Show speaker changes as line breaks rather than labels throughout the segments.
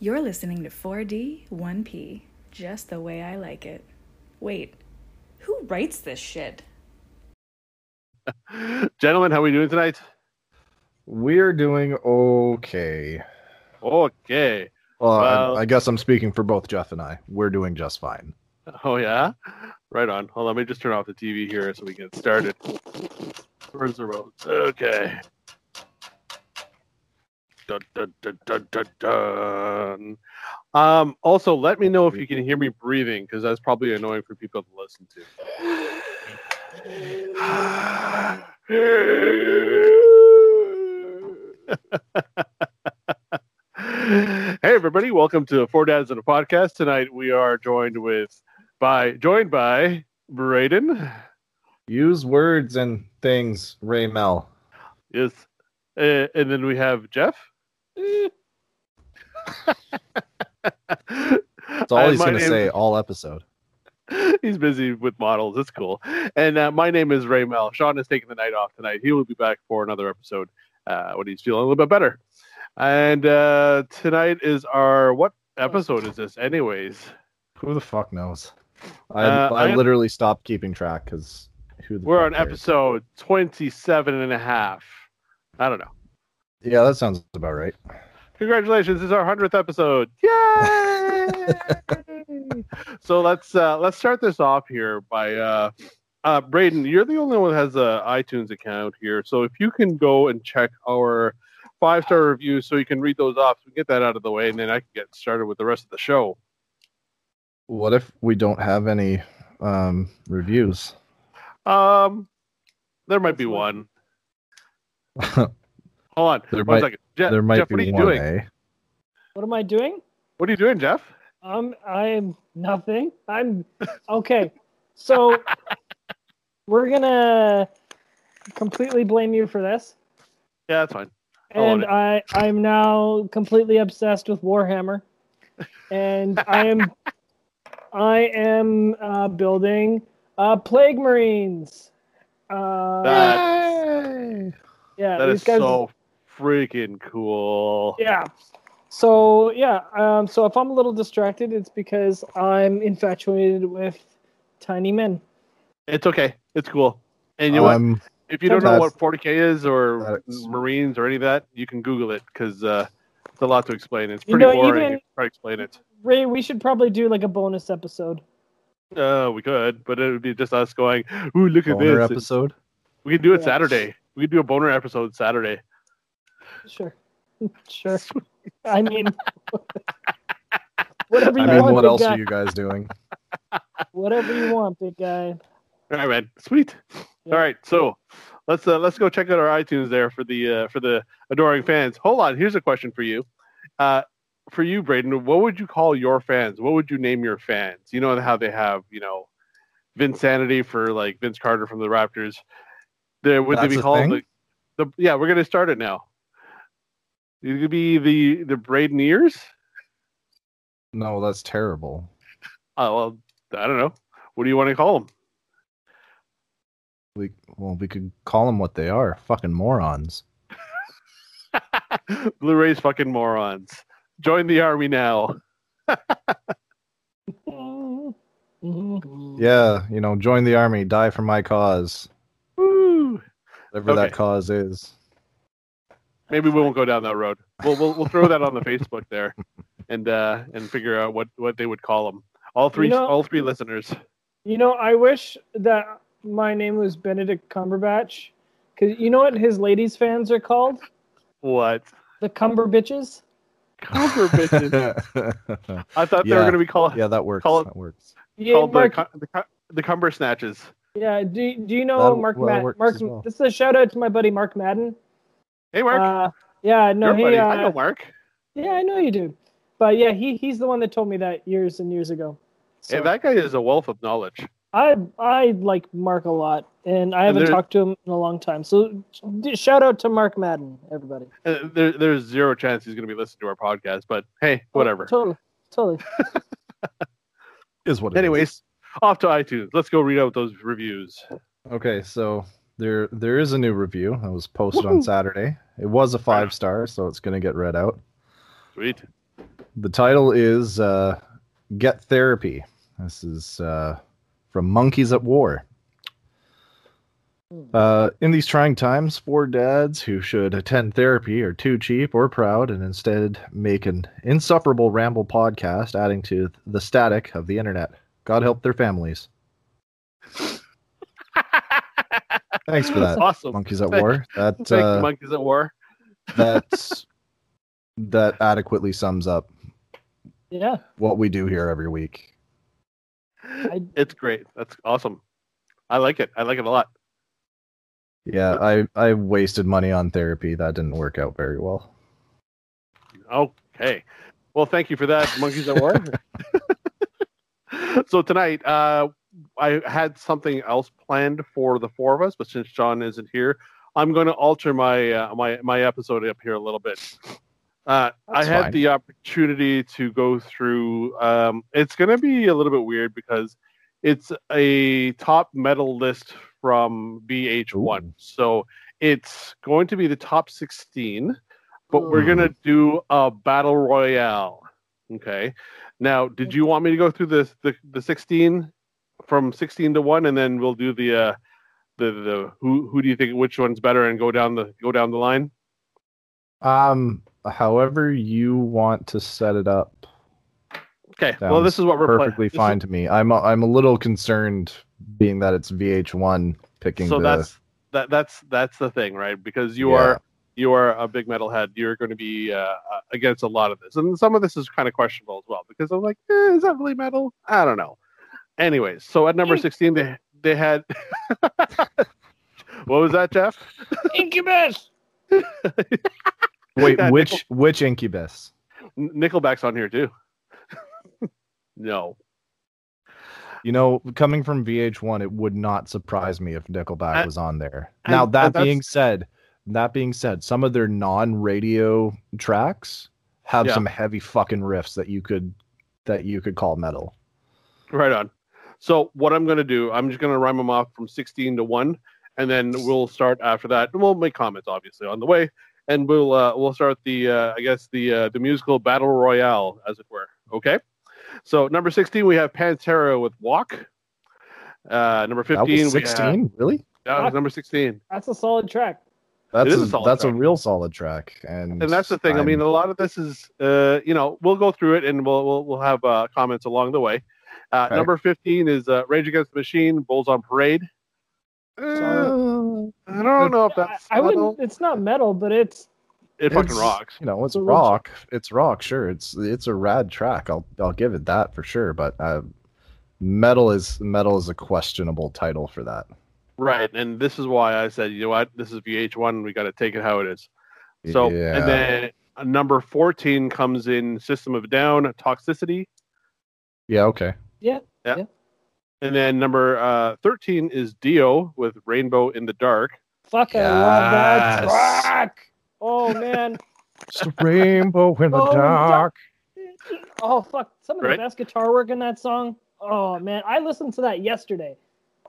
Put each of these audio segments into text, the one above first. You're listening to 4D 1P, just the way I like it. Wait, who writes this shit?
Gentlemen, how we doing tonight?
We're doing okay.
Okay.
Well, I-
Well-
I, guess I'm speaking for both Jeff and I. We're doing just fine.
Oh yeah? Right on. Hold on, let me just turn off the TV here so we get started. Where's the road? Okay. Dun, dun, dun, dun, dun, dun. Um, also, let me know if you can hear me breathing because that's probably annoying for people to listen to. hey, everybody! Welcome to Four Dads and a Podcast. Tonight we are joined with by joined by Braden.
Use words and things, Ray Mel.
Yes. Uh, and then we have Jeff. Eh.
That's all
And
he's
my
going to
name-
say all episode.
He's busy with models. It's cool. And uh, my name is Ray Mel. Sean is taking the night off tonight. He will be back for another episode uh, when he's feeling a little bit better. And uh, tonight is our what episode is this, anyways?
Who the fuck knows? I,
Uh,
I,
I-
literally stopped keeping track because who the
We're
fuck
on
cares?
episode 27 and a half. I don't know.
Yeah, that sounds about right.
congratulations this is our 100th episode yay so let's uh let's start this off here by uh uh braden you're the only one that has a itunes account here so if you can go and check our five star reviews so you can read those off so we get that out of the way and then i can get started with the rest of the show
What if we don't have any um, reviews?
um there might be one hold on
There
one
might-
second. Je-
there might
jeff what are
be
you
one,
doing
eh?
What am I doing?
what are you doing jeff
Um, I'm nothing. I'm okay. So we're gonna completely blame you for this,
yeah that's fine I'll own
and
it.
I I'm now completely obsessed with Warhammer, and I am I am uh, building uh, Plague Marines. Uh,
That-
yeah,
that
these
is
guys-
so freaking cool
Yeah. So yeah, um, so if I'm a little distracted, it's because I'm infatuated with tiny men.
It's okay. It's cool. And you know what?
Um,
If you don't know
that's-
what 40k is or
that's-
Marines or any of that, you can Google it because uh, it's a lot to explain. It's
You
pretty
know,
boring.
even-
if you try to explain it.
Ray, we should probably do like a bonus episode.
Uh, we could, but it would be just us going, "Ooh, look at
boner
this!"
episode.
We could do it
Yeah.
Saturday. We could do a boner episode Saturday.
Sure. sure. I mean whatever you
I mean,
want,
what
big
else
guy.
are you guys doing?
Whatever you want, big guy.
All right, man. Sweet.
Yeah.
All right, so let's uh, let's go check out our iTunes there for the uh, for the adoring fans. Hold on. Here's a question for you. Uh, for you, Braden, what would you call your fans? What would you name your fans? You know how they have, you know, Vince Sanity for like Vince Carter from the Raptors. There would
That's
they be
a
called
thing?
the, the yeah, we're gonna start it now. It could be the the Braden ears.
No, that's terrible.
Uh, well, I don't know. What do you want to call them?
We well, we could call them what they are. Fucking morons.
Blu-rays fucking morons. Join the army now. Mm.
Mhm.
Yeah, you know, join the army, die for my cause,
Woo!
whatever that
Okay.
cause is.
Maybe we won't go down that road. We'll we'll, we'll throw that on the Facebook there, and uh, and figure out what what they would call them. All three
You know-
all three listeners.
You know, I wish that my name was Benedict Cumberbatch. Cause you know what his ladies fans are called?
What?
The Cumber bitches.
Cooper bitches. I thought they were
Yeah.
going to be called
yeah, that works.
Call it-
that works.
Yeah,
called the,
Mark,
cu- the cu- the cumber snatches.
yeah. Do, do you know
That'll-
Mark?
well, that
Mad-
works
Mark,
as well.
this is a shout out to my buddy Mark Madden.
Hey, Mark.
Uh, yeah, no,
your
he.
buddy.
uh,
I know Mark.
Yeah, I know you do. But yeah, he he's the one that told me that years and years ago. So
Hey, that guy is a wealth of knowledge.
I I like Mark a lot, and I haven't
there-
talked to him in a long time. So d- shout out to Mark Madden, everybody.
Uh, There, there's zero chance he's going to be listening to our podcast, but hey,
Oh,
whatever.
Totally, totally.
Is what. it is.
Anyways, off to iTunes. Let's go read out those reviews.
Okay, so there there is a new review that was posted on
Woohoo. Ah.
Saturday. It was a five star, so it's gonna get read out.
Sweet.
The title is uh, Get Therapy. This is uh, from Monkeys at War.
Hmm.
Uh, in these trying times, four dads who should attend therapy are too cheap or proud and instead make an insufferable ramble podcast, adding to the static of the internet. God help their families. Thanks for that,
Awesome.
Monkeys at
Thank-
War. That
Thanks,
uh,
monkeys at war.
that's that adequately sums up
Yeah.
what we do here every week.
It's great. That's awesome. I like it. I like it a lot.
Yeah, I I wasted money on therapy. That didn't work out very well.
Okay. Well, thank you for that, Monkeys at War. so tonight, uh, I had something else planned for the four of us, but since John isn't here, I'm going to alter my uh, my my episode up here a little bit. Uh, I
That's
had
fine.
the opportunity to go through. Um, it's going to be a little bit weird because it's a top medal list from VH1,
Ooh.
so it's going to be the top 16 but we're
Mm.
gonna do a battle royale. Okay. Now, did you want me to go through the the, the sixteen from sixteen to one, and then we'll do the uh, the the who who do you think which one's better, and go down the go down the line?
Um, however you want to set it up.
Okay. well, this is what we're pla-
perfectly
this is-
fine to me. I'm a, I'm a little concerned, being that it's VH1 picking
so
the.
that's that that's that's the thing, right? Because you
Yeah.
are you are a big metalhead. You're going to be uh, uh, against a lot of this, and some of this is kind of questionable as well. Because I'm like, eh, is that really metal? I don't know. Anyways, so at number sixteen, they they had what was that, Jeff?
Incubus.
Wait,
Yeah,
which which Incubus?
N- Nickelback's on here too. no,
You know, coming from VH1, it would not surprise me if Nickelback
I-
was on there.
I-
now
I-
that
that's-
being said, that being said, some of their non-radio tracks have
Yeah.
some heavy fucking riffs that you could that you could call metal.
right on. So what I'm going to do, I'm just going to rhyme them off from sixteen to one, and then we'll start after that. And we'll make comments obviously on the way, and we'll uh, we'll start the uh, I guess the uh, the musical battle royale as it were. Okay. So number sixteen we have Pantera with Walk. Uh, number
That
fifteen
was
we have,
16, really?
that was number sixteen,
That's a solid track.
That's
is
a,
a solid
that's
track.
a real solid track, and
and that's the thing. i mean,
I'm-
a lot of this is uh, you know we'll go through it and we'll we'll, we'll have uh, comments along the way. Uh,
Okay.
Number fifteen is uh, Rage Against the Machine, Bulls on Parade. Uh,
Uh,
I don't know if
I,
that's
I
metal.
wouldn't. It's not metal, but it's
it fucking
It's-
rocks.
you know it's
It's a real
rock it's rock sure it's it's a rad track i'll i'll give it that for sure but uh metal is metal is a questionable title for that
Right, and this is why I said, you know what, this is VH1. We got to take it how it is. So,
Yeah.
and then uh, number fourteen comes in System of a Down, Toxicity,
yeah okay
and then number uh, thirteen is Dio with Rainbow in the Dark.
fuck. I love that
Yes.
track. Oh man.
it's the rainbow in the
Oh,
dark
Oh fuck. Some of
Right?
the best guitar work in that song. Oh man, I listened to that yesterday.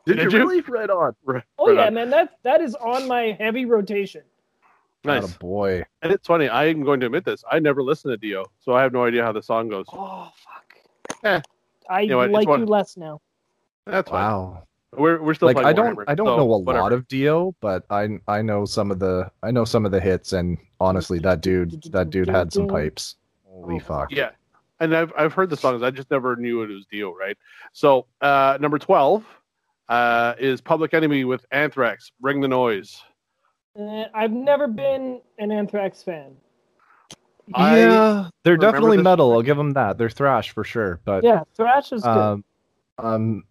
Did you?
right on
Right,
Oh
right
yeah,
on.
man. That that is on my heavy rotation.
nice.
boy
And it's funny, I am going to admit this. I never listened to Dio, so I have no idea how the song goes.
Oh fuck.
Eh.
I
know what, it's
like
one-
you less now.
That's fine.
wow
We're, we're still
like
playing
i don't
Warhammer,
i don't
so
know a
whatever.
lot of dio but i i know some of the i know some of the hits and honestly that dude that dude had some pipes holy
Oh,
fuck
Yeah. And I've, I've heard the songs. I just never knew it was Dio, right? So, uh, number 12 uh, is Public Enemy with Anthrax, Bring the Noise.
Eh, I've never been an Anthrax fan.
I
Yeah, they're
remember
definitely
this-
metal. I'll give them that. They're thrash for sure, but
Yeah, thrash is good.
um, um,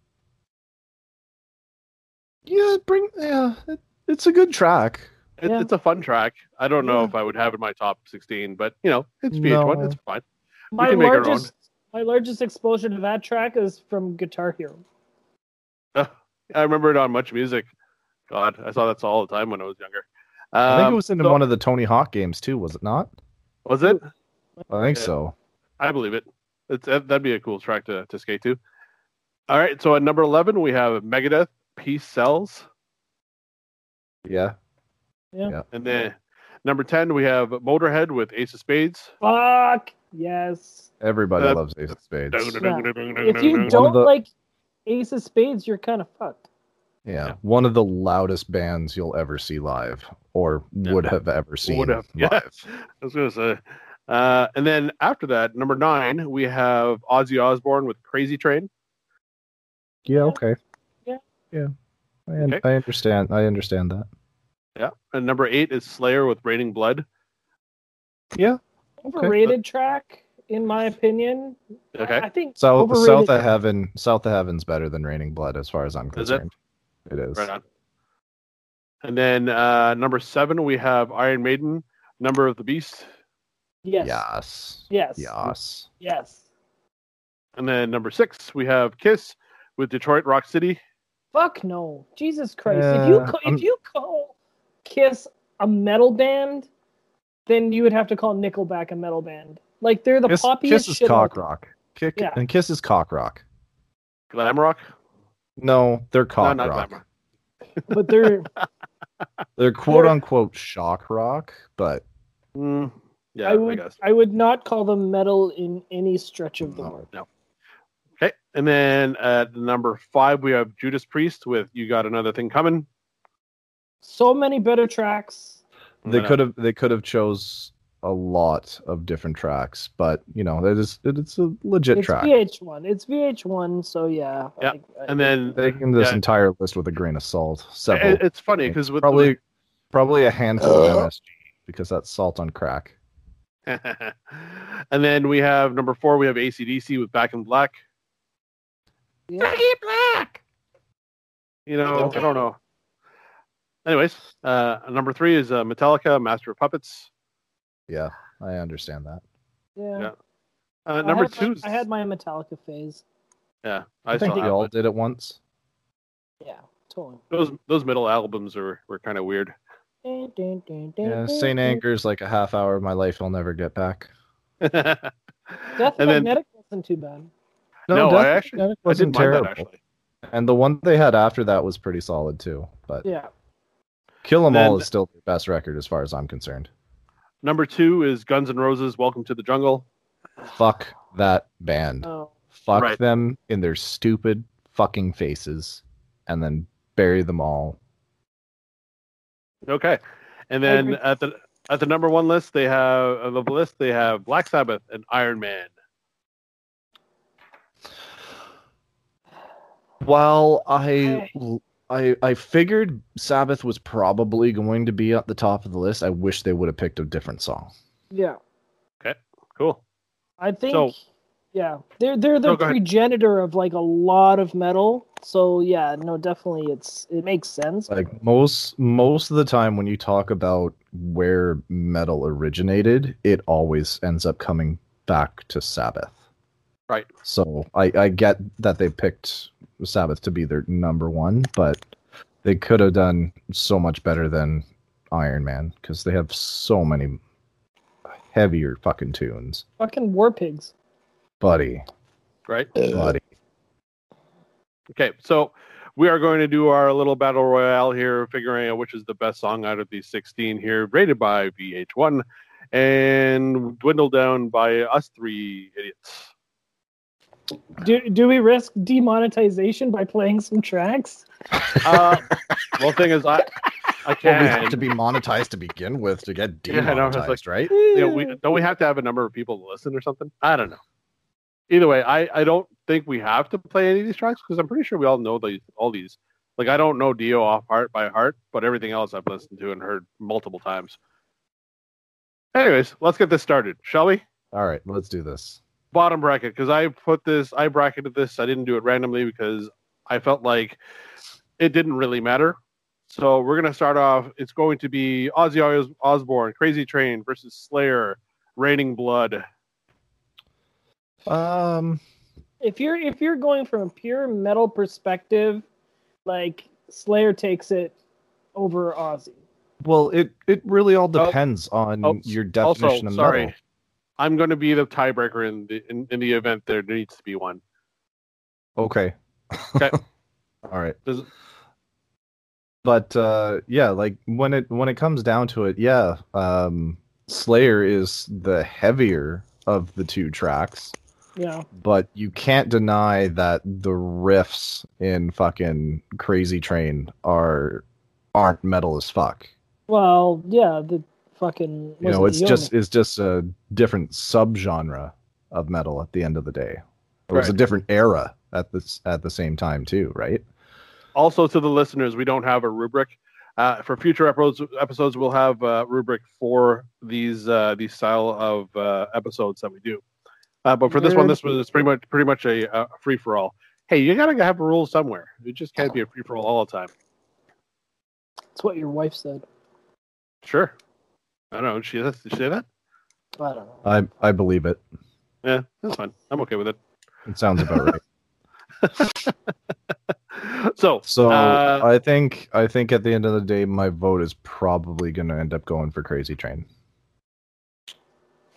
yeah, bring yeah, it, it's a good track.
It,
Yeah.
It's a fun track. I don't know
Yeah.
if I would have it in my top 16, but, you know, it's VH1.
No.
It's fine.
my
can make our own.
largest my largest exposure to that track is from Guitar Hero.
I remember it on Much Music. God, I saw that all the time when I was younger. Um,
I think it was in
so-
one of the Tony Hawk games too, was it not?
Was it?
I think
Yeah.
so.
I believe it. It's, that- that'd be a cool track to, to skate to. All right. So at number 11, we have Megadeth, Peace Cells.
Yeah,
And then number 10, we have Motorhead with Ace of Spades.
Fuck Yes.
Everybody
Uh,
loves Ace of Spades.
Mm-hmm,
If you
One
don't
of the-
like Ace of Spades, you're kind of fucked.
Yeah, one of the loudest bands you'll ever see live, or
Yeah.
would have ever seen.
Would have,
live.
yes. I was going to say. Uh, and then after that, number nine, we have Ozzy Osbourne with Crazy Train.
Yeah. Okay.
Yeah.
Yeah. I, un-
Okay.
I understand. I understand that.
Yeah. And number eight is Slayer with Raining Blood.
Overrated track, in my opinion. I-
Okay.
I, think
South
overrated.
South of Heaven. South of Heaven's better than Raining Blood, as far as I'm
Is it?
concerned. It is.
Right on. And then uh, number seven, we have Iron Maiden, Number of the Beast.
yes.
Yes.
Yes.
Yes.
Yes.
And then number six, we have Kiss with Detroit Rock City.
Fuck no. Jesus Christ. if you
Yeah,
call,
I'm-
if you call Kiss a metal band, then you would have to call Nickelback a metal band. Like they're the
Kiss,
poppiest
Kiss is
shit.
cock rock. Kick,
Yeah.
And Kiss is cock rock.
Glam Rock?
No, they're cock
no, not
rock.
glamour.
But they're
They're quote unquote shock rock, but
Mm, yeah,
I
I,
would
guess.
I, would not call them metal in any stretch of the
No.
word.
Okay. And then at number five, we have Judas Priest with You Got Another Thing Coming.
So many better tracks.
they
Yeah.
could have they could have chose a lot of different tracks, but you know that is it, it's a legit
It's
track.
VH1. It's VH1. So yeah.
Yeah.
Like,
And then
Taking this
Yeah.
entire list with a grain of salt, several
it, it's funny because with
probably probably a handful of MSG because that's salt on crack.
and then we have number four, we have ACDC with Back in Black.
yeah.
You know, I don't know. Anyways, uh, number three is uh, Metallica, Master of Puppets.
Yeah, I understand that.
yeah.
Yeah. Uh,
I
number
had my-
two, is-
I had my Metallica phase.
yeah, I,
I, think
still
we
have
all
it.
did it once.
Yeah. Totally.
those those middle albums are were kind of weird.
Dun, dun, dun, dun,
Yeah,
dun,
Saint
dun.
Anger's like a half hour of my life I'll never get back.
and
Death
then
Magnetic wasn't too bad.
No,
Death
I actually-
Magnetic
I didn't mind
wasn't
that
terrible.
actually.
And the one they had after that was pretty solid too. But
Yeah.
Kill 'Em All
Then-
is still their best record as far as I'm concerned.
Number two is Guns N' Roses, Welcome to the Jungle.
Fuck that band.
Oh.
Fuck
Right.
them in their stupid fucking faces, and then bury them all.
Okay, and
I
then
agree.
at the at the number one list, they have of the list they have Black Sabbath and Iron Man.
While I, I I figured Sabbath was probably going to be at the top of the list, I wish they would have picked a different song.
Yeah.
Cool.
I think.
So-
yeah. They're they're the
No, go ahead.
progenitor of like a lot of metal. So yeah, no, definitely it's it makes sense.
Like most most of the time when you talk about where metal originated, it always ends up coming back to Sabbath.
Right.
So I, I get that they picked Sabbath to be their number one, but they could have done so much better than Iron Man because they have so many heavier fucking tunes.
Fucking war pigs.
Buddy,
Right.
buddy.
Okay, so we are going to do our little battle royale here, figuring out which is the best song out of these 16 here, rated by VH1 and dwindled down by us three idiots.
Do do we risk demonetization by playing some tracks?
Uh, well, thing is, I I
Well, we have
can't.
to be monetized to begin with to get
Yeah, I know, I was like-
demonetized, right?
Yeah, we, don't we have to have a number of people to listen or something? I don't know. Either way, I, I don't think we have to play any of these tracks because I'm pretty sure we all know these all these. Like I don't know Dio off heart by heart, but everything else I've listened to and heard multiple times. Anyways, let's get this started, shall we?
All right, let's do this.
Bottom bracket because I put this, I bracketed this. I didn't do it randomly because I felt like it didn't really matter. So we're gonna start off. It's going to be Ozzy Os- Osbourne, Crazy Train versus Slayer, Raining Blood.
Um,
If you're if you're going from a pure metal perspective, like Slayer takes it over Ozzy.
well, it it really all
Oh.
depends on
Oh,
your
also,
definition of
sorry,
metal.
I'm going to be the tiebreaker in the in, in the event there needs to be one.
Okay.
Okay.
all right.
Does-
But uh, yeah, like when it when it comes down to it, yeah, um, Slayer is the heavier of the two tracks,
Yeah.
but you can't deny that the riffs in fucking Crazy Train are aren't metal as fuck.
Well, yeah, the fucking.
You know,
was it
it's
Yeoman?
just it's just a different subgenre of metal at the end of the day. It was a
Right.
different era at this at the same time too, right?
Also, to the listeners, we don't have a rubric. Uh, for future episodes, episodes we'll have a rubric for these uh, these style of uh, episodes that we do. Uh, but for this one, this was pretty much pretty much a, a free for all. Hey, you gotta have a rule somewhere. It just can't be a free for all all the time.
It's what your wife said.
Sure. I don't know. Did she, did she say that?
I don't know.
I I believe it.
Yeah, that's fine. I'm okay with it.
It sounds about right.
So,
So
uh,
I think I think at the end of the day, my vote is probably going to end up going for Crazy Train.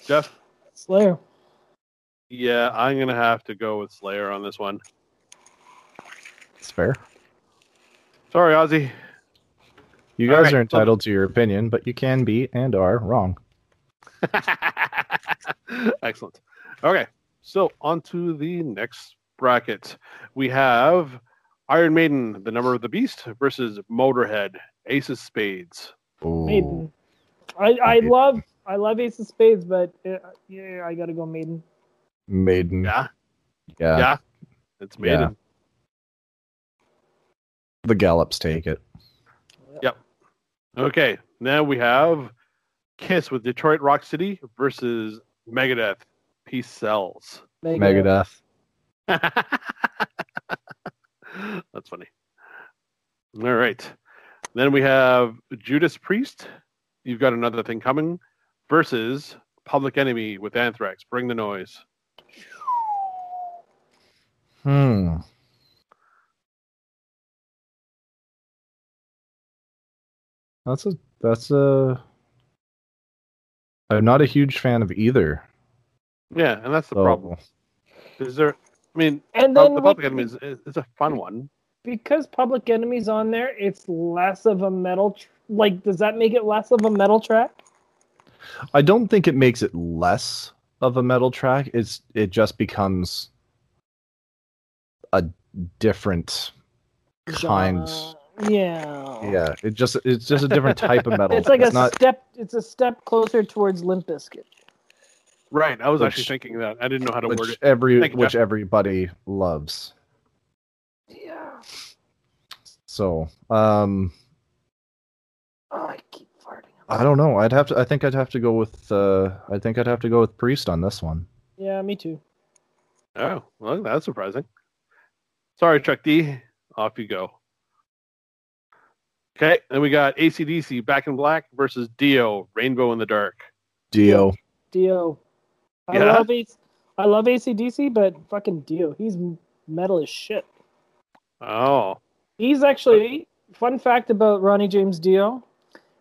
Jeff,
Slayer.
yeah, I'm gonna have to go with Slayer on this one.
It's fair.
Sorry, Ozzy.
You
All
guys
right,
are
well-
entitled to your opinion, but you can be and are wrong.
Excellent. Okay, so on to the next bracket. We have Iron Maiden, the number of the beast, versus Motorhead, Ace of Spades.
Ooh.
Maiden. I, I
Maiden.
love I love Ace of Spades, but uh, yeah, I gotta go Maiden.
Maiden.
Yeah,
Mm, Yeah.
yeah. It's Maiden.
The Gallops take it.
Okay, now we have Kiss with Detroit Rock City versus Megadeth, Peace Cells.
Megadeth.
That's funny. All right. Then we have Judas Priest. You've got another thing coming versus Public Enemy with Anthrax. Bring the noise.
Hmm. That's a that's a. I'm not a huge fan of either.
Yeah, and that's the
so-
problem. Is there? I mean, Pub-
And then
the
with-
Public Enemy is, is is a fun one.
because Public Enemy's on there, it's less of a metal. Tr- like, does that make it less of a metal track?
I don't think it makes it less of a metal track. It's it just becomes a different kind.
Uh, yeah.
Oh.
Yeah, it just it's just a different type of metal.
It's like a
not
step. It's a step closer towards Limp Bizkit.
Right. I was
Which-
actually thinking that. I didn't know how to word
which
it.
every
Thank you,
which
Jeff.
everybody loves.
Yeah.
So, um
Oh, I keep farting.
I don't know. I'd have to I think I'd have to go with uh I think I'd have to go with Priest on this one.
Yeah, me too.
Oh, well, that's surprising. Sorry, Chuck D. Off you go. Okay, then we got ACDC Back in Black versus Dio Rainbow in the Dark.
Dio.
Dio. I
Yeah?
love AC- I love ACDC, but fucking Dio, he's m- metal as shit.
Oh,
He's actually fun fact about Ronnie James Dio.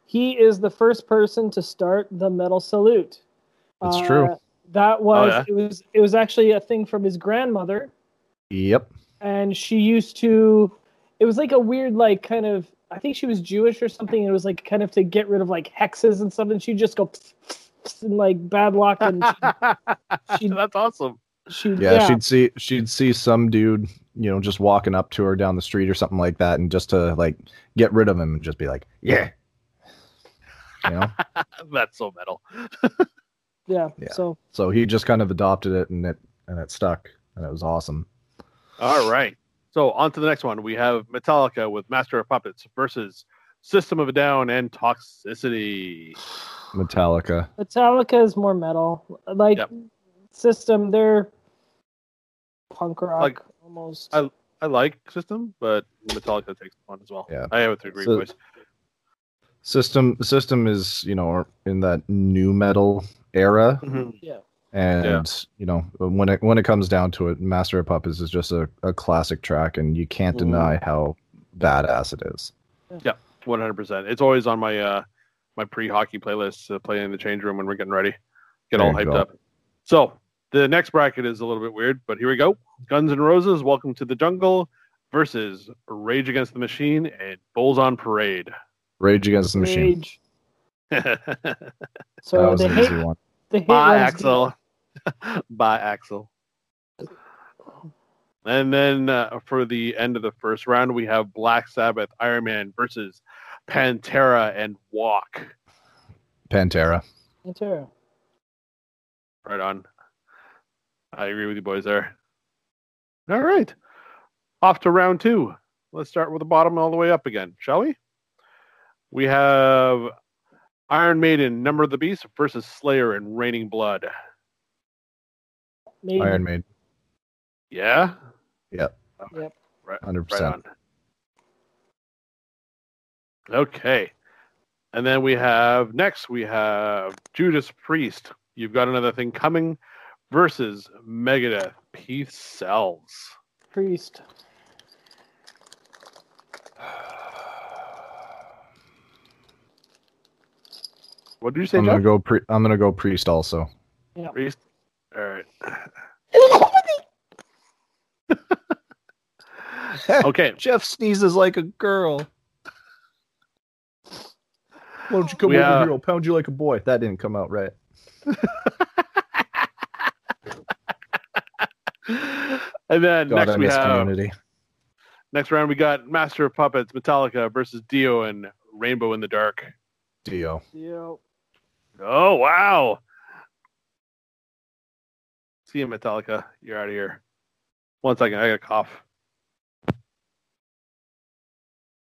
He is the first person to start the metal salute.
It's
Uh,
true.
That was
yeah?
it was it was actually a thing from his grandmother,
Yep.
and she used to. It was like a weird, like kind of. I think she was Jewish or something. And it was like kind of to get rid of like hexes and something. She'd just go pss, pss, pss, and like bad luck, and she, she,
that's awesome.
she
Yeah, she'd see she'd see some dude, you know, just walking up to her down the street or something like that, and just to like get rid of him and just be like, yeah, you know.
That's so metal.
yeah.
Yeah.
So
so he just kind of adopted it, and it and it stuck, and it was awesome.
All right. So on to the next one. We have Metallica with Master of Puppets versus System of a Down and Toxicity.
Metallica.
Metallica is more metal. Like
Yep.
System, they're punk rock
Like,
almost.
I- I like System, but Metallica takes one as well.
Yeah.
I have a three agree
So-
voice.
System System is you know in that new metal
Mm-hmm.
era, and
Yeah.
you know when it when it comes down to it, Master of Puppets is just a, a classic track, and you can't
Mhm.
deny how badass it is.
One hundred percent. It's always on my uh my pre hockey playlist uh, playing in the change room when we're getting ready, get
There
all
you
hyped
go.
up. So the next bracket is a little bit weird, but here we go. Guns N' Roses, Welcome to the Jungle versus Rage Against the Machine and Bulls on Parade.
Rage Against the Machine.
Rage.
Bye,
So
that was
they
an
hate,
easy one.
they hate Wednesday.
Axel. Bye, Axel. And then uh, for the end of the first round, we have Black Sabbath, Iron Man versus Pantera and Walk.
Pantera.
Pantera.
Right on. I agree with you boys there. All right. Off to round two. Let's start with the bottom all the way up again, shall we? We have Iron Maiden, Number of the Beast versus Slayer and Raining Blood.
Maybe.
Iron Maiden.
Yeah?
Yep.
Okay.
Yep.
Right,
100%.
right on. Okay. And then we have next we have Judas Priest. You've got another thing coming versus Megadeth. Peace sells.
Priest.
What did you say,
I'm gonna
John?
go. Pre- I'm gonna go priest also.
Priest. All right. Okay.
Jeff sneezes like a girl. Why don't you come
We uh,
over
have-
here? I'll pound you like a boy. That didn't come out right.
And then
God, I
next we
miss
have
community.
next round we got Master of Puppets, Metallica versus Dio and Rainbow in the Dark.
Dio.
Yeah.
Oh wow! See you, Metallica. You're out of here. One second, I got a cough.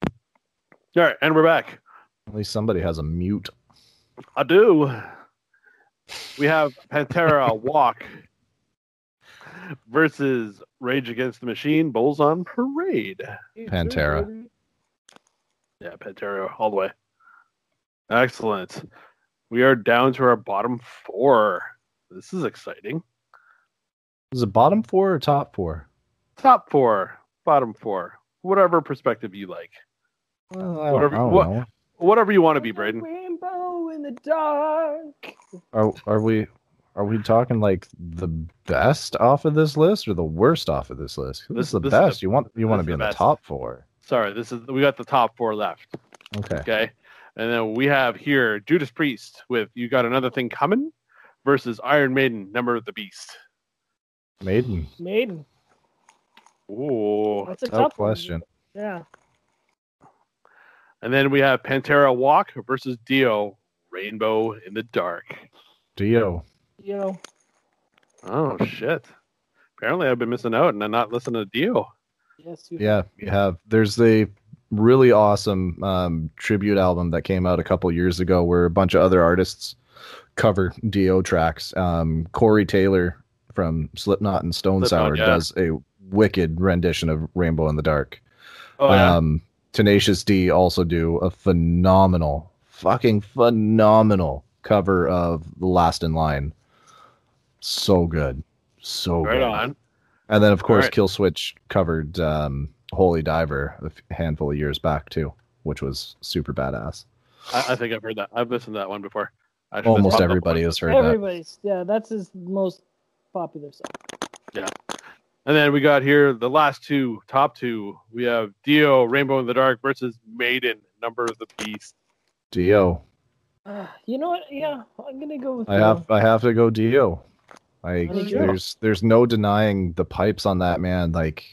All right, and we're back.
At least somebody has a mute.
I do. We have Pantera Walk versus Rage Against the Machine, Bulls on Parade.
Pantera.
Yeah, Pantera all the way. Excellent. We are down to our bottom four. This is exciting.
Is it bottom four or top four?
top four, bottom four, whatever perspective you like,
Well, I don't,
Whatever-
I don't
what-
know.
whatever you want to be, Braden.
Rainbow in the dark.
Are are we are we talking like the best off of this list or the worst off of this list? Who's
This-
the
this is the-
best? you want you want
this is
to be
the
in the
best.
top four.
Sorry, this is we got the top four left.
Okay.
Okay, and then we have here Judas Priest with "You Got Another Thing Coming" versus Iron Maiden, "Number of the Beast."
Maiden.
Maiden.
Ooh,
That's a
Tough
tough one.
question.
Yeah.
and then we have Pantera Walk versus Dio, "Rainbow in the Dark."
Dio.
Yo.
Oh shit! Apparently, I've been missing out and I'm not listening to Dio.
Yes. You
Yeah, we have. There's a really awesome um, tribute album that came out a couple years ago where a bunch of other artists cover Dio tracks. Um, Corey Taylor from Slipknot and Stone
Slipknot,
Sour
yeah.
does a wicked rendition of Rainbow in the Dark.
Oh yeah,
um, Tenacious D also do a phenomenal, fucking phenomenal cover of The Last in Line. So good. So
right
good.
on.
And then, of course,
Alright.
Kill Switch covered um, Holy Diver a f- handful of years back too, which was super badass.
I, I think I've heard that. I've listened to that one before. I should listen to
Almost
that one.
everybody has heard that.
Everybody's. Yeah, that's his most popular song.
And then we got here the last two, top two. We have Dio, Rainbow in the Dark versus Maiden, Number of the Beast.
Dio,
Uh, you know what? Yeah, I'm gonna go with.
I
you.
have I have to go Dio. I
There you go.
there's there's no denying the pipes on that man. Like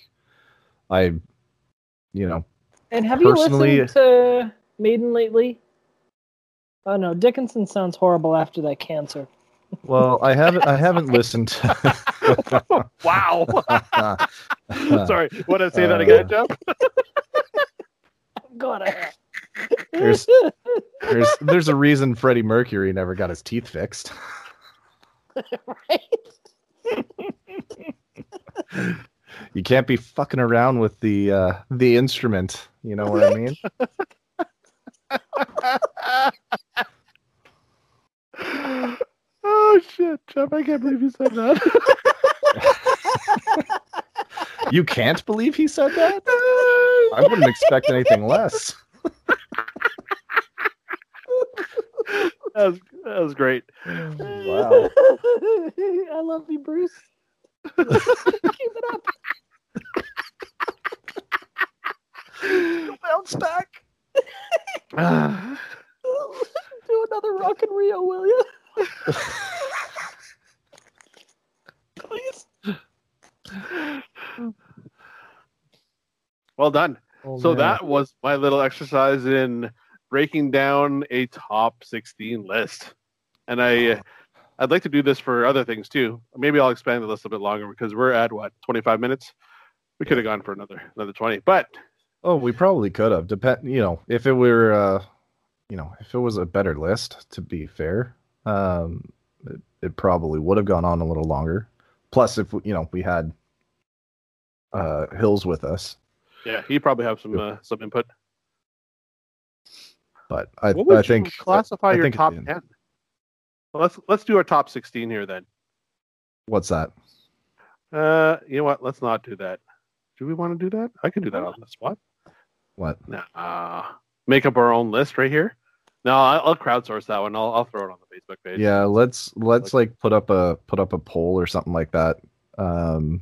I, you know,
And have you
personally-
listened to Maiden lately? Oh no, Dickinson sounds horrible after that cancer.
well I haven't I haven't listened.
Wow. Sorry. What did I say that
Uh,
again, Jeff?
God, I have.
There's- there's there's a reason Freddie Mercury never got his teeth fixed.
Right?
You can't be fucking around with the uh, the instrument. You know what I mean?
oh, shit. Jeff, I can't believe you said that.
You can't believe he said that? I wouldn't expect anything less.
that, was, that was great.
Wow.
I love you, Bruce. Keep it up.
Bounce back.
Ah.
Do another Rock and Rio, will you?
Well done.
Oh,
so
man.
that was my little exercise in breaking down a top 16 list. And I uh, I'd like to do this for other things too. Maybe I'll expand the list a bit longer because we're at what 25 minutes. We could have gone for another another 20. But
Oh, we probably could have. Depend, you know, if it were, uh, you know, if it was a better list. To be fair, um, it, it probably would have gone on a little longer. Plus, if you know, we had uh Hills with us,
yeah, he probably have some uh, some input.
but I,
What would
I
you
think
classify
I
your
think at
top
the end-
10? Well, let's let's do our top 16 here then.
what's that?
Uh, you know what? Let's not do that. Do we want to do that? I can do that on the spot.
What?
Nah. Make up our own list right here. No, I- I'll crowdsource that one. I'll, I'll throw it on the Facebook page.
Yeah, let's let's like put up a put up a poll or something like that. Um,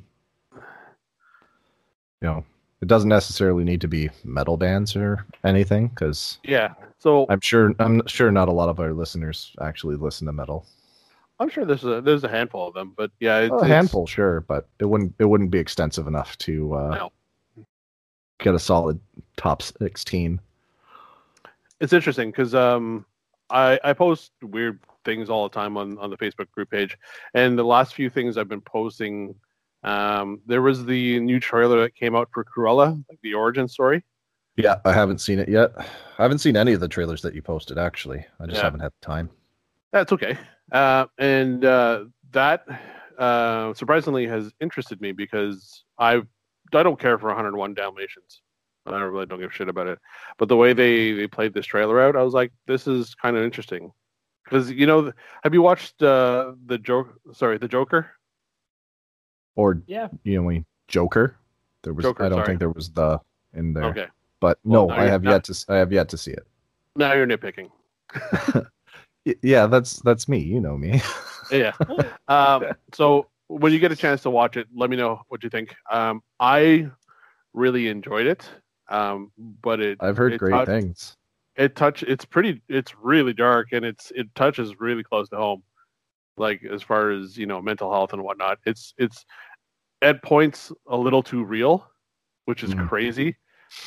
you know, it doesn't necessarily need to be metal bands or anything because
Yeah. So
I'm sure I'm sure not a lot of our listeners actually listen to metal.
I'm sure there's a there's a handful of them, but yeah, it's,
a
it's-
handful, sure, but it wouldn't it wouldn't be extensive enough to uh,
No.
get a solid top sixteen.
It's interesting because um, I I post weird things all the time on on the Facebook group page, and the last few things I've been posting, um, there was the new trailer that came out for Cruella, like the origin story.
Yeah, I haven't seen it yet. I haven't seen any of the trailers that you posted. Actually, I just
Yeah.
haven't had time.
That's okay. Uh, and uh, that uh, surprisingly has interested me because I I don't care for 101 Dalmatians. I really don't give a shit about it. But the way they they played this trailer out, I was like, this is kind of interesting. Because you know, have you watched uh, the joke? Sorry, the Joker.
Or
Yeah.
you know, we Joker. There was
Joker,
I don't
sorry.
think there was the in there,
Okay,
but
Well,
no,
no,
I
you're
have
not.
yet to s- I have yet to see it.
now you're nitpicking.
Y- Yeah, that's that's me. You know me.
yeah. Um, so when you get a chance to watch it, let me know what you think. Um, I really enjoyed it, um, but it
I've heard
It's
great
hard-
things.
it touch it's pretty it's really dark and it's it touches really close to home like as far as you know mental health and whatnot it's it's at points a little too real which is
Mhm.
crazy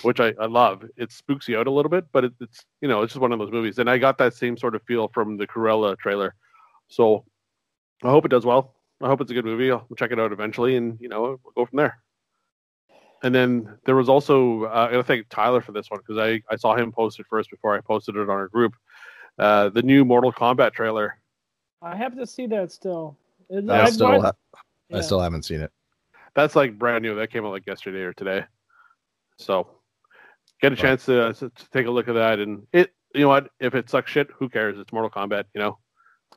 which I, I love it spooks you out a little bit but it, it's you know it's just one of those movies and i got that same sort of feel from the corella trailer so i hope it does well i hope it's a good movie i'll check it out eventually and you know we'll go from there and then there was also uh, I gotta thank Tyler for this one because I, I saw him post it first before I posted it on our group. Uh, the new Mortal Kombat trailer.
I have to see that still. It-
I
I've
still
watched-
ha- I
yeah.
still haven't seen it.
That's like brand new. That came out like yesterday or today. So get a
Right.
chance to, to take a look at that. And it you know what? If it sucks shit, who cares? It's Mortal Kombat. You know.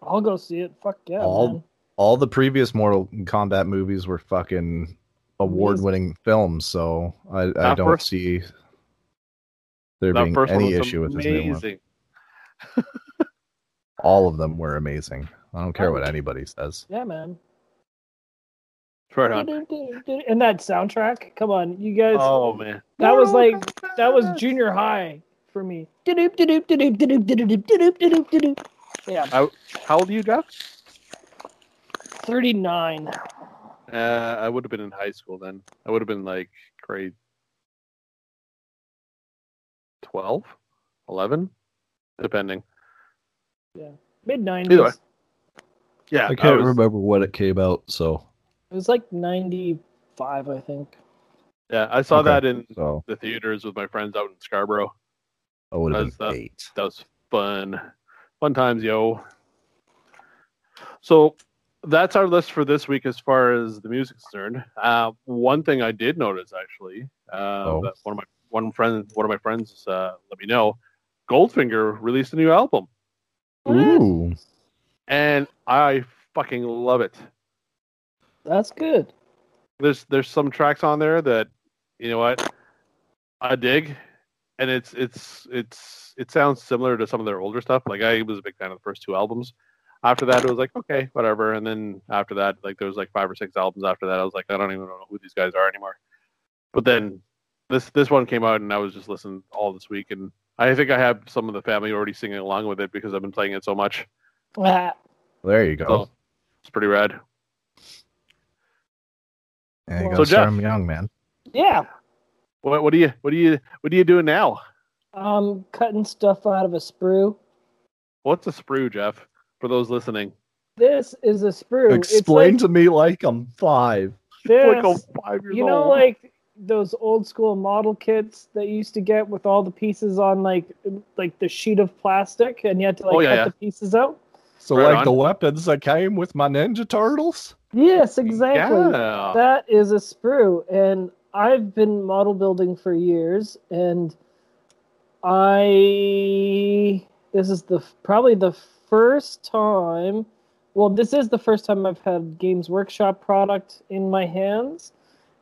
I'll go see it. Fuck yeah.
All-
man.
all the previous Mortal Kombat movies were fucking award-winning films, so I, I
That
don't
first-
see there
That
being
first one
any
was
issue with this new one.
amazing.
All of them were amazing. I don't care what anybody says.
Yeah, man.
Right on.
And that soundtrack. Come on, you guys.
Oh man.
That was like that was junior high for me. Doop, doop, doop, doop, doop, doop, doop, doop, doop. Yeah,
How old are you, Jeff?
thirty nine.
Uh, I would have been in high school then. I would have been like grade 12, 11, depending.
Mid
Either way.
nineties.
Yeah,
I can't
was-
remember when it came out, so
It was like ninety five, I think.
Yeah, I saw
Okay.
that in
so
the theaters with my friends out in Scarborough.
I would have
That's
been
the-
eight.
That was fun. Fun times, yo. So that's our list for this week as far as the music's concerned. Uh, one thing I did notice actually, uh,
Oh.
that one of my one friend one of my friends uh, let me know, Goldfinger released a new album.
Ooh,
and I fucking love it.
That's good.
There's there's some tracks on there that you know what I dig, and it's it's it's it sounds similar to some of their older stuff. Like I was a big fan of the first two albums. After that, it was like okay, whatever. And then after that, like there was like five or six albums after that. I was like, I don't even know who these guys are anymore. But then this this one came out, and I was just listening all this week, and I think I have some of the family already singing along with it because I've been playing it so much.
Ah,
there you go.
So it's pretty rad.
and you
So
gotta start
Jeff-
'em young, man.
yeah.
What what do you what do you what do you doing now?
Um, cutting stuff out of a sprue.
What's a sprue, Jeff? For those listening,
This is a sprue. It's
Explain
like
to me like I'm five.
like
this.
oh, five years
you know,
old.
like those old school model kits that you used to get with all the pieces on like like the sheet of plastic, and you had to like
Oh, yeah,
cut
yeah.
the pieces out.
So
Right
like
on.
the weapons that came with my Ninja Turtles.
Yes, exactly.
Yeah.
That is a sprue, and I've been model building for years, and I this is the probably the first time. Well, this is the first time I've had Games Workshop product in my hands,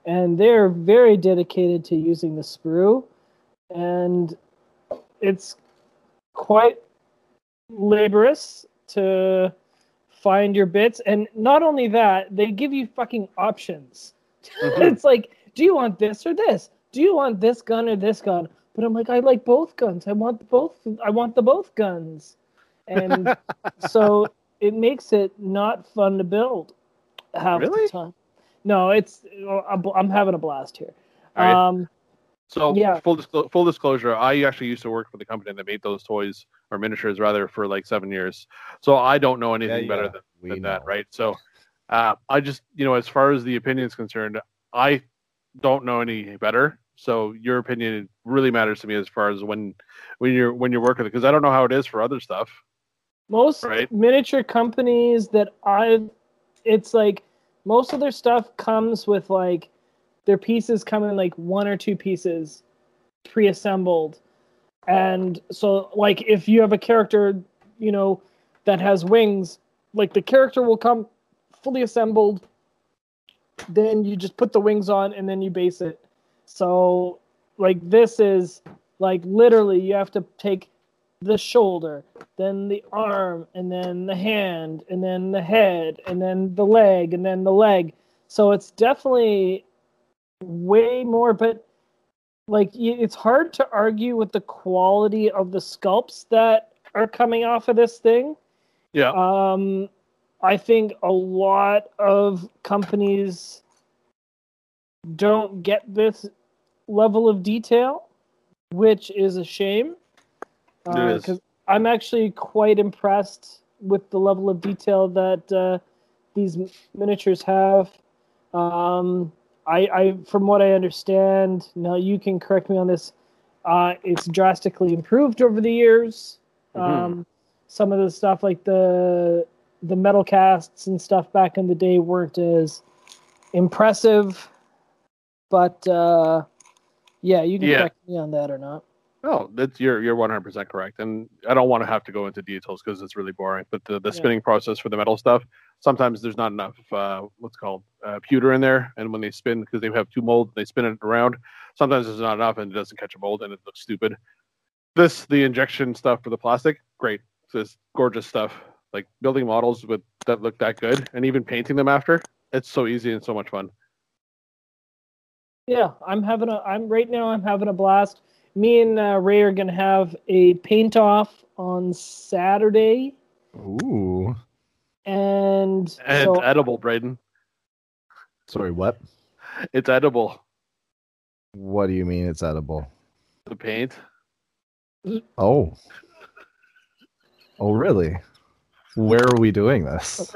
and they're very dedicated to using the sprue, and it's quite laborious to find your bits. And not only that, they give you fucking options.
Mm-hmm.
it's like, do you want this or this? Do you want this gun or this gun? But I'm like, I like both guns. I want both. I want the both guns. And so it makes it not fun to build half
Really?
the time. No, it's I'm I'm having a blast here.
All right.
Um,
So
Yeah.
full disclo- full disclosure, I actually used to work for the company that made those toys or miniatures rather for like seven years. So I don't know anything
yeah,
better than,
We
than that,
know.
right? So uh, I just you know, as far as the opinion is concerned, I don't know any better. So your opinion really matters to me as far as when when you're when you're working because I don't know how it is for other stuff.
Most
Right.
miniature companies that I've, it's like most of their stuff comes with like their pieces come in like one or two pieces pre assembled. And so, like, if you have a character, you know, that has wings, like the character will come fully assembled. Then you just put the wings on and then you base it. So, like, this is like literally you have to take the shoulder then the arm, and then the hand, and then the head, and then the leg, and then the leg. So it's definitely way more, but like y- it's hard to argue with the quality of the sculpts that are coming off of this thing.
Yeah.
Um, I think a lot of companies don't get this level of detail, which is a shame.
It
Uh,
is.
'cause I'm actually quite impressed with the level of detail that uh, these m- miniatures have. Um, I, I, from what I understand, now you can correct me on this. Uh, it's drastically improved over the years.
Mm-hmm.
Um, some of the stuff like the the metal casts and stuff back in the day weren't as impressive, but uh, yeah, you can
Yeah.
correct me on that or not.
No, Oh, that's you're you're one hundred percent correct, and I don't want to have to go into details because it's really boring. But the, the
Yeah.
spinning process for the metal stuff, sometimes there's not enough uh, what's called uh, pewter in there, and when they spin because they have two molds, they spin it around. Sometimes there's not enough, and it doesn't catch a mold, and it looks stupid. This the injection stuff for the plastic, great, this gorgeous stuff. Like building models with that look that good, and even painting them after, it's so easy and so much fun.
Yeah, I'm having a. I'm right now. I'm having a blast. Me and uh, Ray are gonna have a paint off on Saturday,
Ooh.
and,
And
so
it's edible, Braden.
Sorry, what?
It's edible.
What do you mean it's edible?
The paint.
Oh. Oh really? Where are we doing this?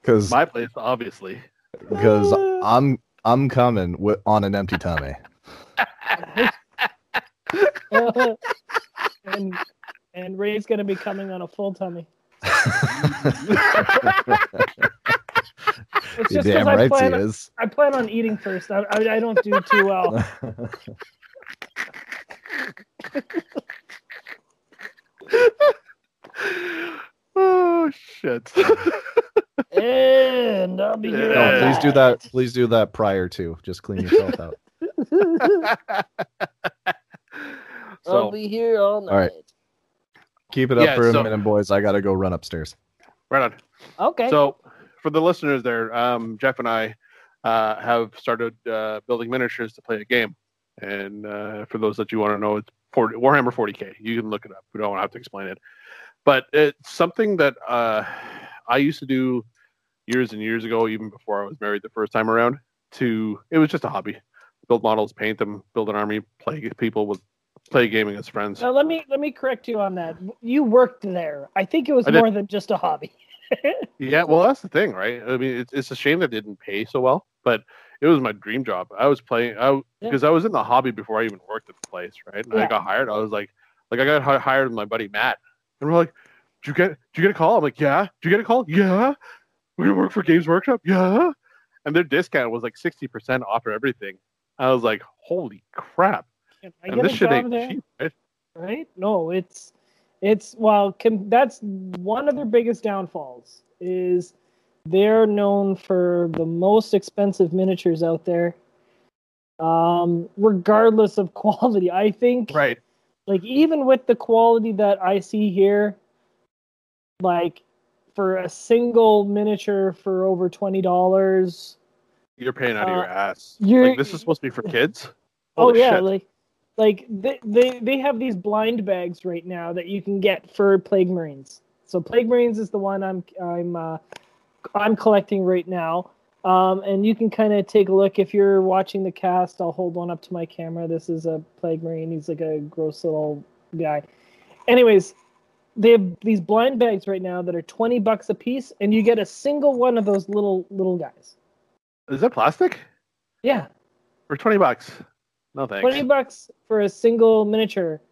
Because
My place, obviously.
because I'm I'm coming wi- on an empty tummy.
and and Ray's gonna be coming on a full tummy. It's
You're
just
damn
because I
right
plan.
he is.
I plan on eating first. I, I, I don't do too well.
oh shit!
and I'll be good.
No, please do
at
that. Please do that prior to. Just clean yourself out.
so
be here all
All right. Keep it up
Yeah,
for a
so-
minute, boys. I gotta go run upstairs.
right on.
Okay.
So for the listeners there, um, Jeff and I uh, have started uh, building miniatures to play a game. And uh, for those that you want to know, it's 40, Warhammer 40k. You can look it up. We don't have to explain it. But it's something that uh, I used to do years and years ago, even before I was married the first time around. To it was just a hobby. build models, paint them, build an army, play people with play gaming as friends.
Now, let me let me correct you on that. You worked there. I think it was
I did.
more than just a hobby.
Yeah, well, that's the thing, right? I mean, it's, it's a shame that it didn't pay so well, but it was my dream job. I was playing, I
Yeah.
because I was in the hobby before I even worked at the place, right? And I
Yeah.
got hired. I was like, like I got hi- hired with my buddy Matt, and we're like, "Did you get? Did you get a call?" I'm like, "Yeah." "Did you get a call?" "Yeah." "We work for Games Workshop?" "Yeah." And their discount was like sixty percent off of everything. I was like, "Holy crap!"
Can I
And
get
this
a
shit
job
ain't
there?
cheap, right?
right? No, it's it's well, com- that's one of their biggest downfalls is they're known for the most expensive miniatures out there. Um, regardless of quality, I think
Right.
like even with the quality that I see here, like for a single miniature for over twenty dollars.
You're paying out of your
Uh,
ass.
you're-
Like this is supposed to be for kids.
Oh
Holy
yeah,
shit.
like like they, they they have these blind bags right now that you can get for Plague Marines. So Plague Marines is the one I'm I'm uh, I'm collecting right now. Um, and you can kind of take a look if you're watching the cast. I'll hold one up to my camera. This is a Plague Marine. He's like a gross little guy. Anyways, they have these blind bags right now that are 20 bucks a piece, and you get a single one of those little little guys.
Is that plastic?
Yeah,
For twenty bucks? No thanks.
20 bucks for a single miniature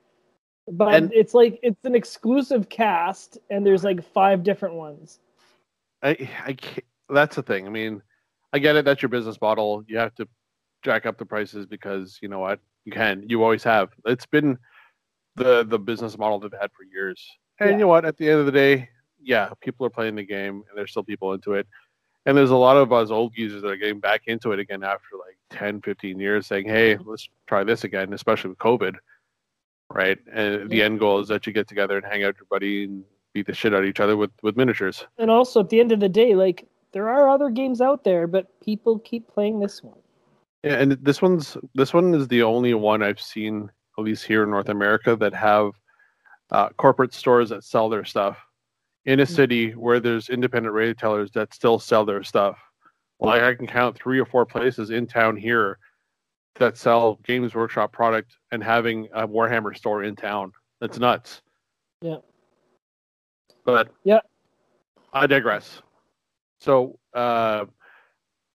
but
And-
it's like it's an exclusive cast and there's like five different ones
I, I can't, that's the thing. I mean, I get it. That's your business model. You have to jack up the prices because you know what you can. You always have. It's been the the business model they've had for years. And
Yeah.
you know what? At the end of the day, yeah, people are playing the game, and there's still people into it. And there's a lot of us old geezers that are getting back into it again after like 10, 15 years, saying, "Hey,
Mm-hmm.
let's try this again," especially with COVID, right? And the
Yeah.
end goal is that you get together and hang out with your buddy and beat the shit out of each other with with miniatures.
and also at the end of the day like there are other games out there but people keep playing this one
Yeah, and this one's this one is the only one I've seen, at least here in North America, that have uh, corporate stores that sell their stuff in
Hmm.
a city where there's independent retailers that still sell their stuff. Like I can count three or four places in town here that sell Games Workshop product and having a Warhammer store in town. That's nuts.
Yeah.
But
Yeah.
I digress. So uh,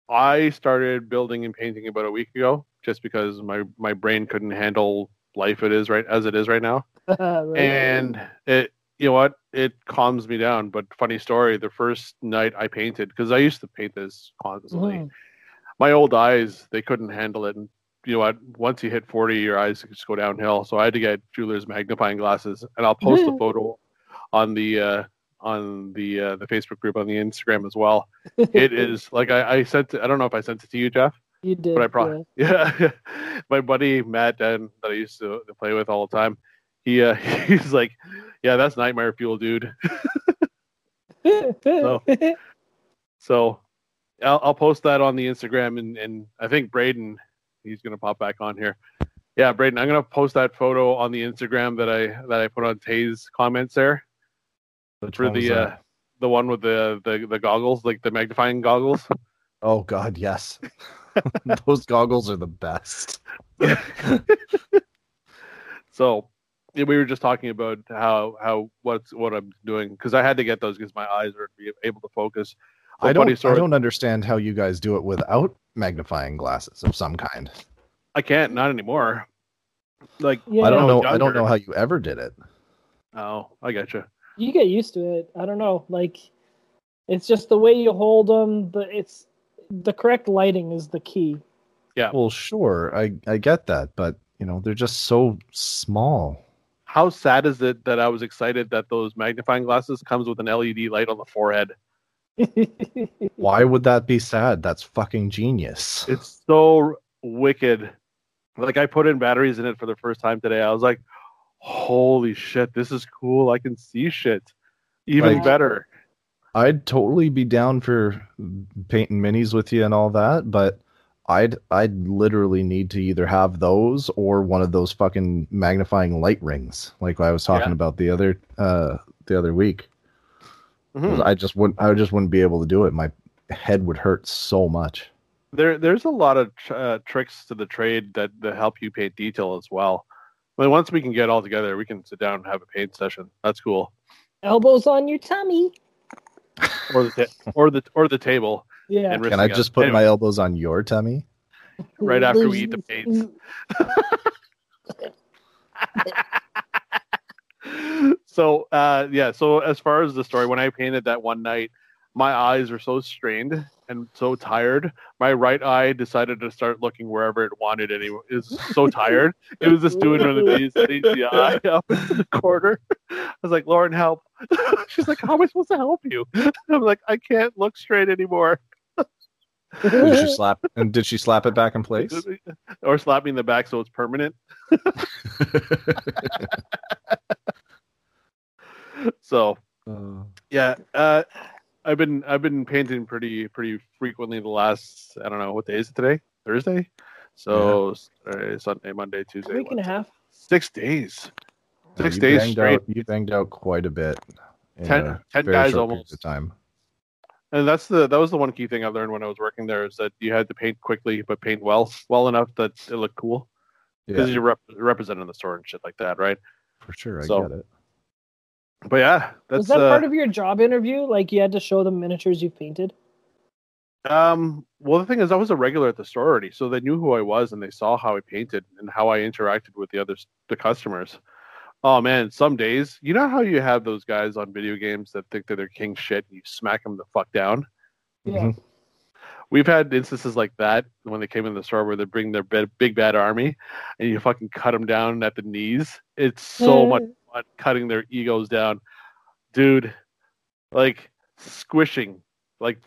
I started building and painting about a week ago, just because my my brain couldn't handle life it is right as it is right now
Right?
and it you know what it calms me down but funny story the first night i painted because i used to paint this constantly
Mhm.
my old eyes they couldn't handle it and you know what once you hit 40 your eyes just go downhill so i had to get jeweler's magnifying glasses and i'll post the photo on the uh on the uh, the facebook group on the instagram as well it is like i, I sent it- i don't know if i sent it to you jeff
you did
but I probably yeah. My buddy Matt and that I used to, to play with all the time. He uh, he's like, yeah, that's nightmare fuel, dude.
yeah.
So- So I'll, I'll post that on the Instagram and and I think Braden he's gonna pop back on here. Yeah, Braden, I'm gonna post that photo on the Instagram that I that I put on Tay's comments there
Which
for
one was
the
that?
uh, the one with the, the the goggles like the magnifying goggles.
Oh God, yes. Those goggles are the best.
So yeah, we were just talking about how how what's what I'm doing because I had to get those because my eyes are be able to focus. So
I
funny
don't, I
story-
don't understand how you guys do it without magnifying glasses of some kind.
I can't not anymore. Like
I
Yeah.
when
don't know.
was
I don't
younger-
know how you ever did it.
Oh, I gotcha.
you get used to it i don't know like it's just the way you hold them but it's the correct lighting is the key
Well, sure, I I get that, but you know they're just so small.
How sad is it that I was excited that those magnifying glasses comes with an LED light on the forehead?
Why would that be sad? That's fucking genius.
It's so wicked. Like I put in batteries in it for the first time today. I was like, "Holy shit, this is cool! I can see shit, even
Like-
better."
I'd totally be down for painting minis with you and all that, but I'd I'd literally need to either have those or one of those fucking magnifying light rings, like I was talking
Yeah.
about the other uh the other week.
Mhm.
I just wouldn't I just wouldn't be able to do it. My head would hurt so much.
there there's a lot of tr- uh, tricks to the trade that, that help you paint detail as well. I mean, once we can get all together, we can sit down and have a paint session. That's cool.
Elbows on your tummy.
Or the ta- or the or the table.
Yeah.
And
Can I
wristing
just
up.
put my
Anyway,
elbows on your tummy?
right after we eat the paint? so uh yeah so as far as the story when i painted that one night my eyes were so strained and so tired my right eye decided to start looking wherever it wanted and it was so tired it was just doing one of these things the eye up into the corner i was like lauren help she's like how am i supposed to help you i'm like i can't look straight anymore
Did she slap? And did she slap it back in place?
or slap me in the back so it's permanent so
Uh,
Yeah, uh, I've been I've been painting pretty pretty frequently the last I don't know what day is it today Thursday, so Saturday, Sunday Monday Tuesday
Week and a
Wednesday.
half.
six days six
Oh, you
days
banged
straight
Out, you banged out quite a bit. in
Ten-
a
ten
very
guys
short period
almost.
of time.
and that's the that was the one key thing I learned when I was working there is that you had to paint quickly but paint well well enough that it looked cool
Yeah,
because you're rep- representing the store and shit like that right
for sure. I
so,
get it.
but yeah that's
Was that
uh,
part of your job interview? Like you had to show the miniatures you painted?
Um, well, the thing is, I was a regular at the store already, so they knew who I was and they saw how I painted and how I interacted with the others, the customers. Oh man, some days, you know how you have those guys on video games that think that they're king shit and you smack them the fuck down. Mm-hmm.
Yeah.
Mhm.
We've had instances like that when they came in the store where they bring their big, big bad army and you fucking cut them down at the knees. It's so much fun cutting their egos down, dude. Like squishing, like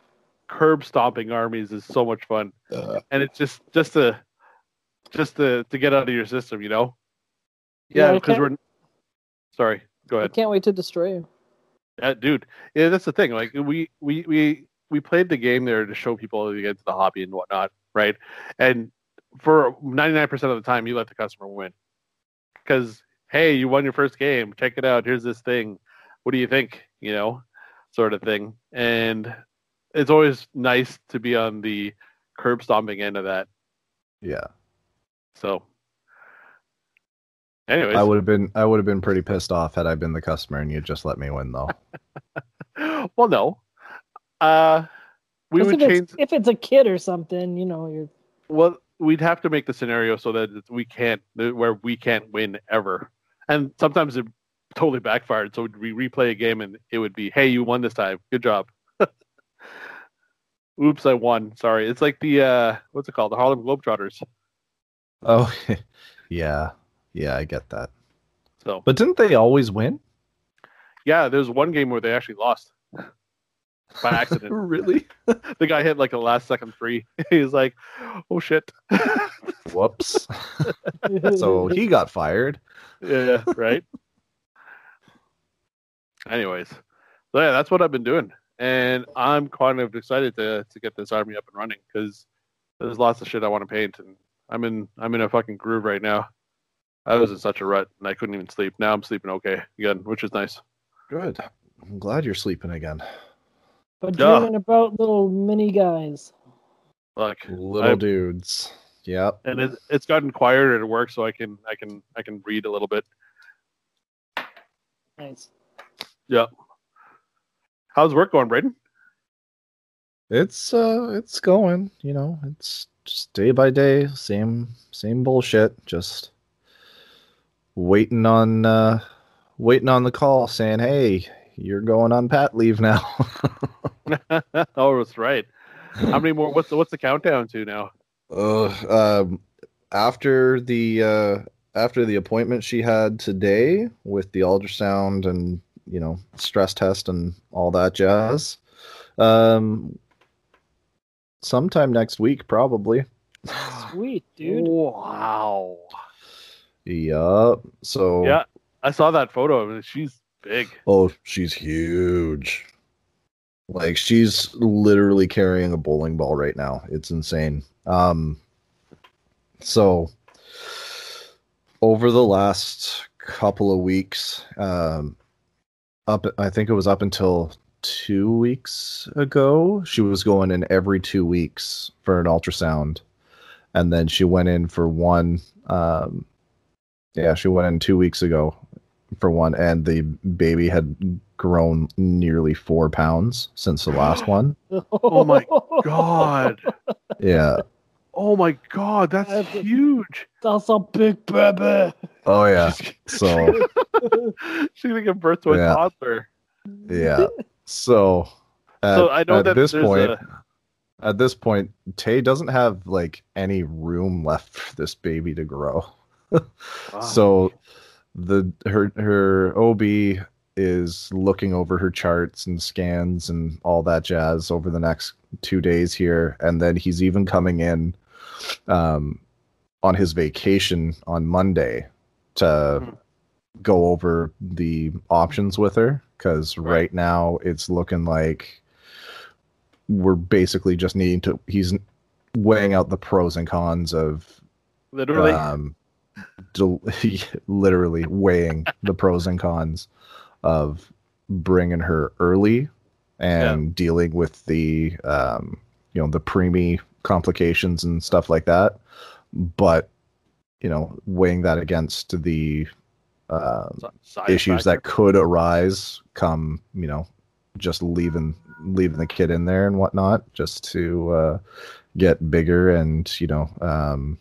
curb stomping armies is so much fun, and it's just just to just to to get out of your system, you know. Yeah,
I
because
can't-
we're sorry. Go
I
ahead,
can't wait to destroy you.
Uh, dude. Yeah, that's the thing. Like we we we we played the game there to show people to get into the hobby and whatnot, right? And for ninety nine percent of the time, you let the customer win because hey, you won your first game. Check it out. Here's this thing. What do you think? You know, sort of thing. And it's always nice to be on the curb stomping end of that.
Yeah,
So, anyways,
I would have been. I would have been pretty pissed off had I been the customer and you just let me win, though.
well, no, uh, we
'Cause
would
if
change.
It's, if it's a kid or something, you know, you're
Well, we'd have to make the scenario so that it's- we can't, where we can't win ever. And sometimes it totally backfired. So we replay a game and it would be, hey, you won this time. Good job. Oops, I won. Sorry. It's like the, uh, what's it called? The Harlem Globetrotters.
Oh, yeah, yeah, I get that.
So,
But didn't they always win?
yeah, there's one game where they actually lost by accident.
really?
the guy hit like a last second three. he was like, oh shit.
Whoops. so he got fired.
yeah, right. Anyways, so yeah, that's what I've been doing, and I'm kind of excited to to get this army up and running because there's lots of shit I want to paint, and I'm in I'm in a fucking groove right now. I was in such a rut, and I couldn't even sleep. Now I'm sleeping okay again, which is nice.
Good. I'm glad you're sleeping again.
but
Duh.
dreaming about little mini guys.
Like,
Little
I'm-
dudes. Yep.
and it, it's gotten quieter at work, so I can I can I can read a little bit.
Nice.
How's work going, Braden?
It's uh it's going, you know, it's just day by day, same same bullshit, just waiting on uh waiting on the call saying, "Hey, you're going on pat leave now."
oh, that's right. How many more? What's the, what's the countdown to now?
Ugh, um after the uh after the appointment she had today with the ultrasound and, you know, stress test and all that jazz. Um sometime next week probably.
Sweet, dude.
Wow.
Yup. So
Yeah, I saw that photo. I mean, she's big.
Oh, she's huge. Like she's literally carrying a bowling ball right now. It's insane. Um so over the last couple of weeks um up I think it was up until two weeks ago. She was going in every two weeks for an ultrasound, and then she went in for one. Um, yeah, she went in two weeks ago for one, and the baby had grown nearly four pounds since the last one.
Oh
my God.
Yeah.
Oh my God. That's
That's-
huge.
That's a big baby.
Oh yeah.
She's,
So.
she's going to give birth to a
Yeah.
toddler.
yeah. So, at,
So uh, I know
at
that
this
there's
point,
a-
at this point, Tay doesn't have like any room left for this baby to grow.
Wow.
So, the her her OB is looking over her charts and scans and all that jazz over the next two days here, and then he's even coming in, um, on his vacation on Monday to
Mhm.
go over the options with her because right. now it's looking like we're basically just needing to he's weighing out the pros and cons of
literally,
um del- literally weighing the pros and cons of bringing her early and dealing with the um you know the preemie complications and stuff like that but you know weighing that against the um
si- side
issues that
factor.
could arise come you know just leaving leaving the kid in there and whatnot just to uh, get bigger and you know um,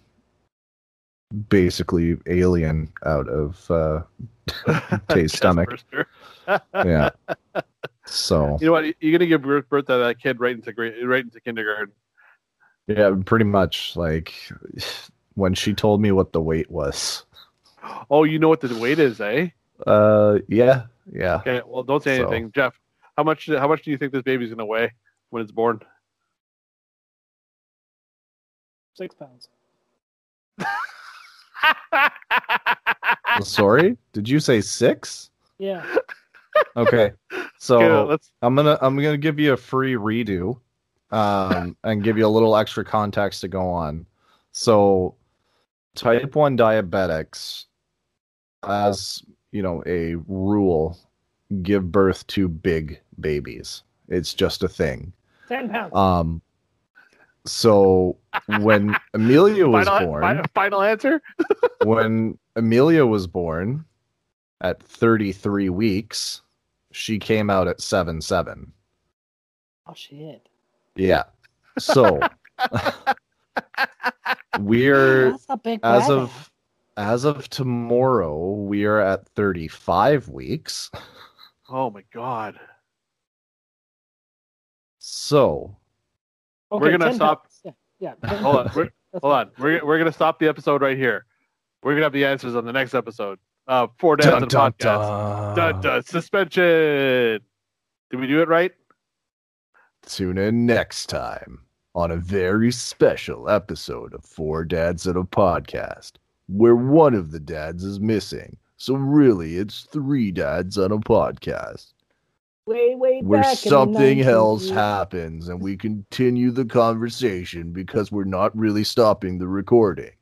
basically alien out of uh, Tay's
Chest
stomach.
burster.
yeah so
You know what? You're gonna give birth birth to that kid right into grade, right into kindergarten.
yeah pretty much like when she told me what the weight was
Oh, you know what the weight is, eh?
uh yeah yeah
Okay. Well, don't say
So-
anything, Jeff. How much? How much do you think this baby's gonna weigh when it's born?
Six pounds.
sorry did you say six
Yeah.
okay so
Okay, let's.
I'm gonna I'm gonna give you a free redo, um, and give you a little extra context to go on. So, type one diabetics, as you know, a rule, give birth to big babies. It's just a thing.
Ten pounds.
Uh,
Um, so when Amelia was
final,
born,
final, final answer.
when Amelia was born, at 33 weeks, she came out at seven seven.
oh shit.
Yeah. So we're
That's a big
as
baby.
of as of tomorrow, we are at 35 weeks.
Oh my god.
So
Okay,
we're gonna
10
stop-
pounds. Yeah. Yeah. 10
Hold on.
pounds.
We're,
That's
hold
fine.
on. We're we're gonna stop the episode right here. We're gonna have the answers on the next episode. Uh, four dads on a
dun, dun,
podcast. Dun, dun, suspension. Did we do it right?
tune in next time on a very special episode of Four Dads at a Podcast, where one of the dads is missing. So really it's three dads on a podcast.
Way, way
where
back in the
something
1980s.
else happens and we continue the conversation because we're not really stopping the recording.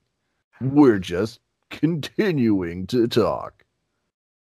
We're just continuing to talk.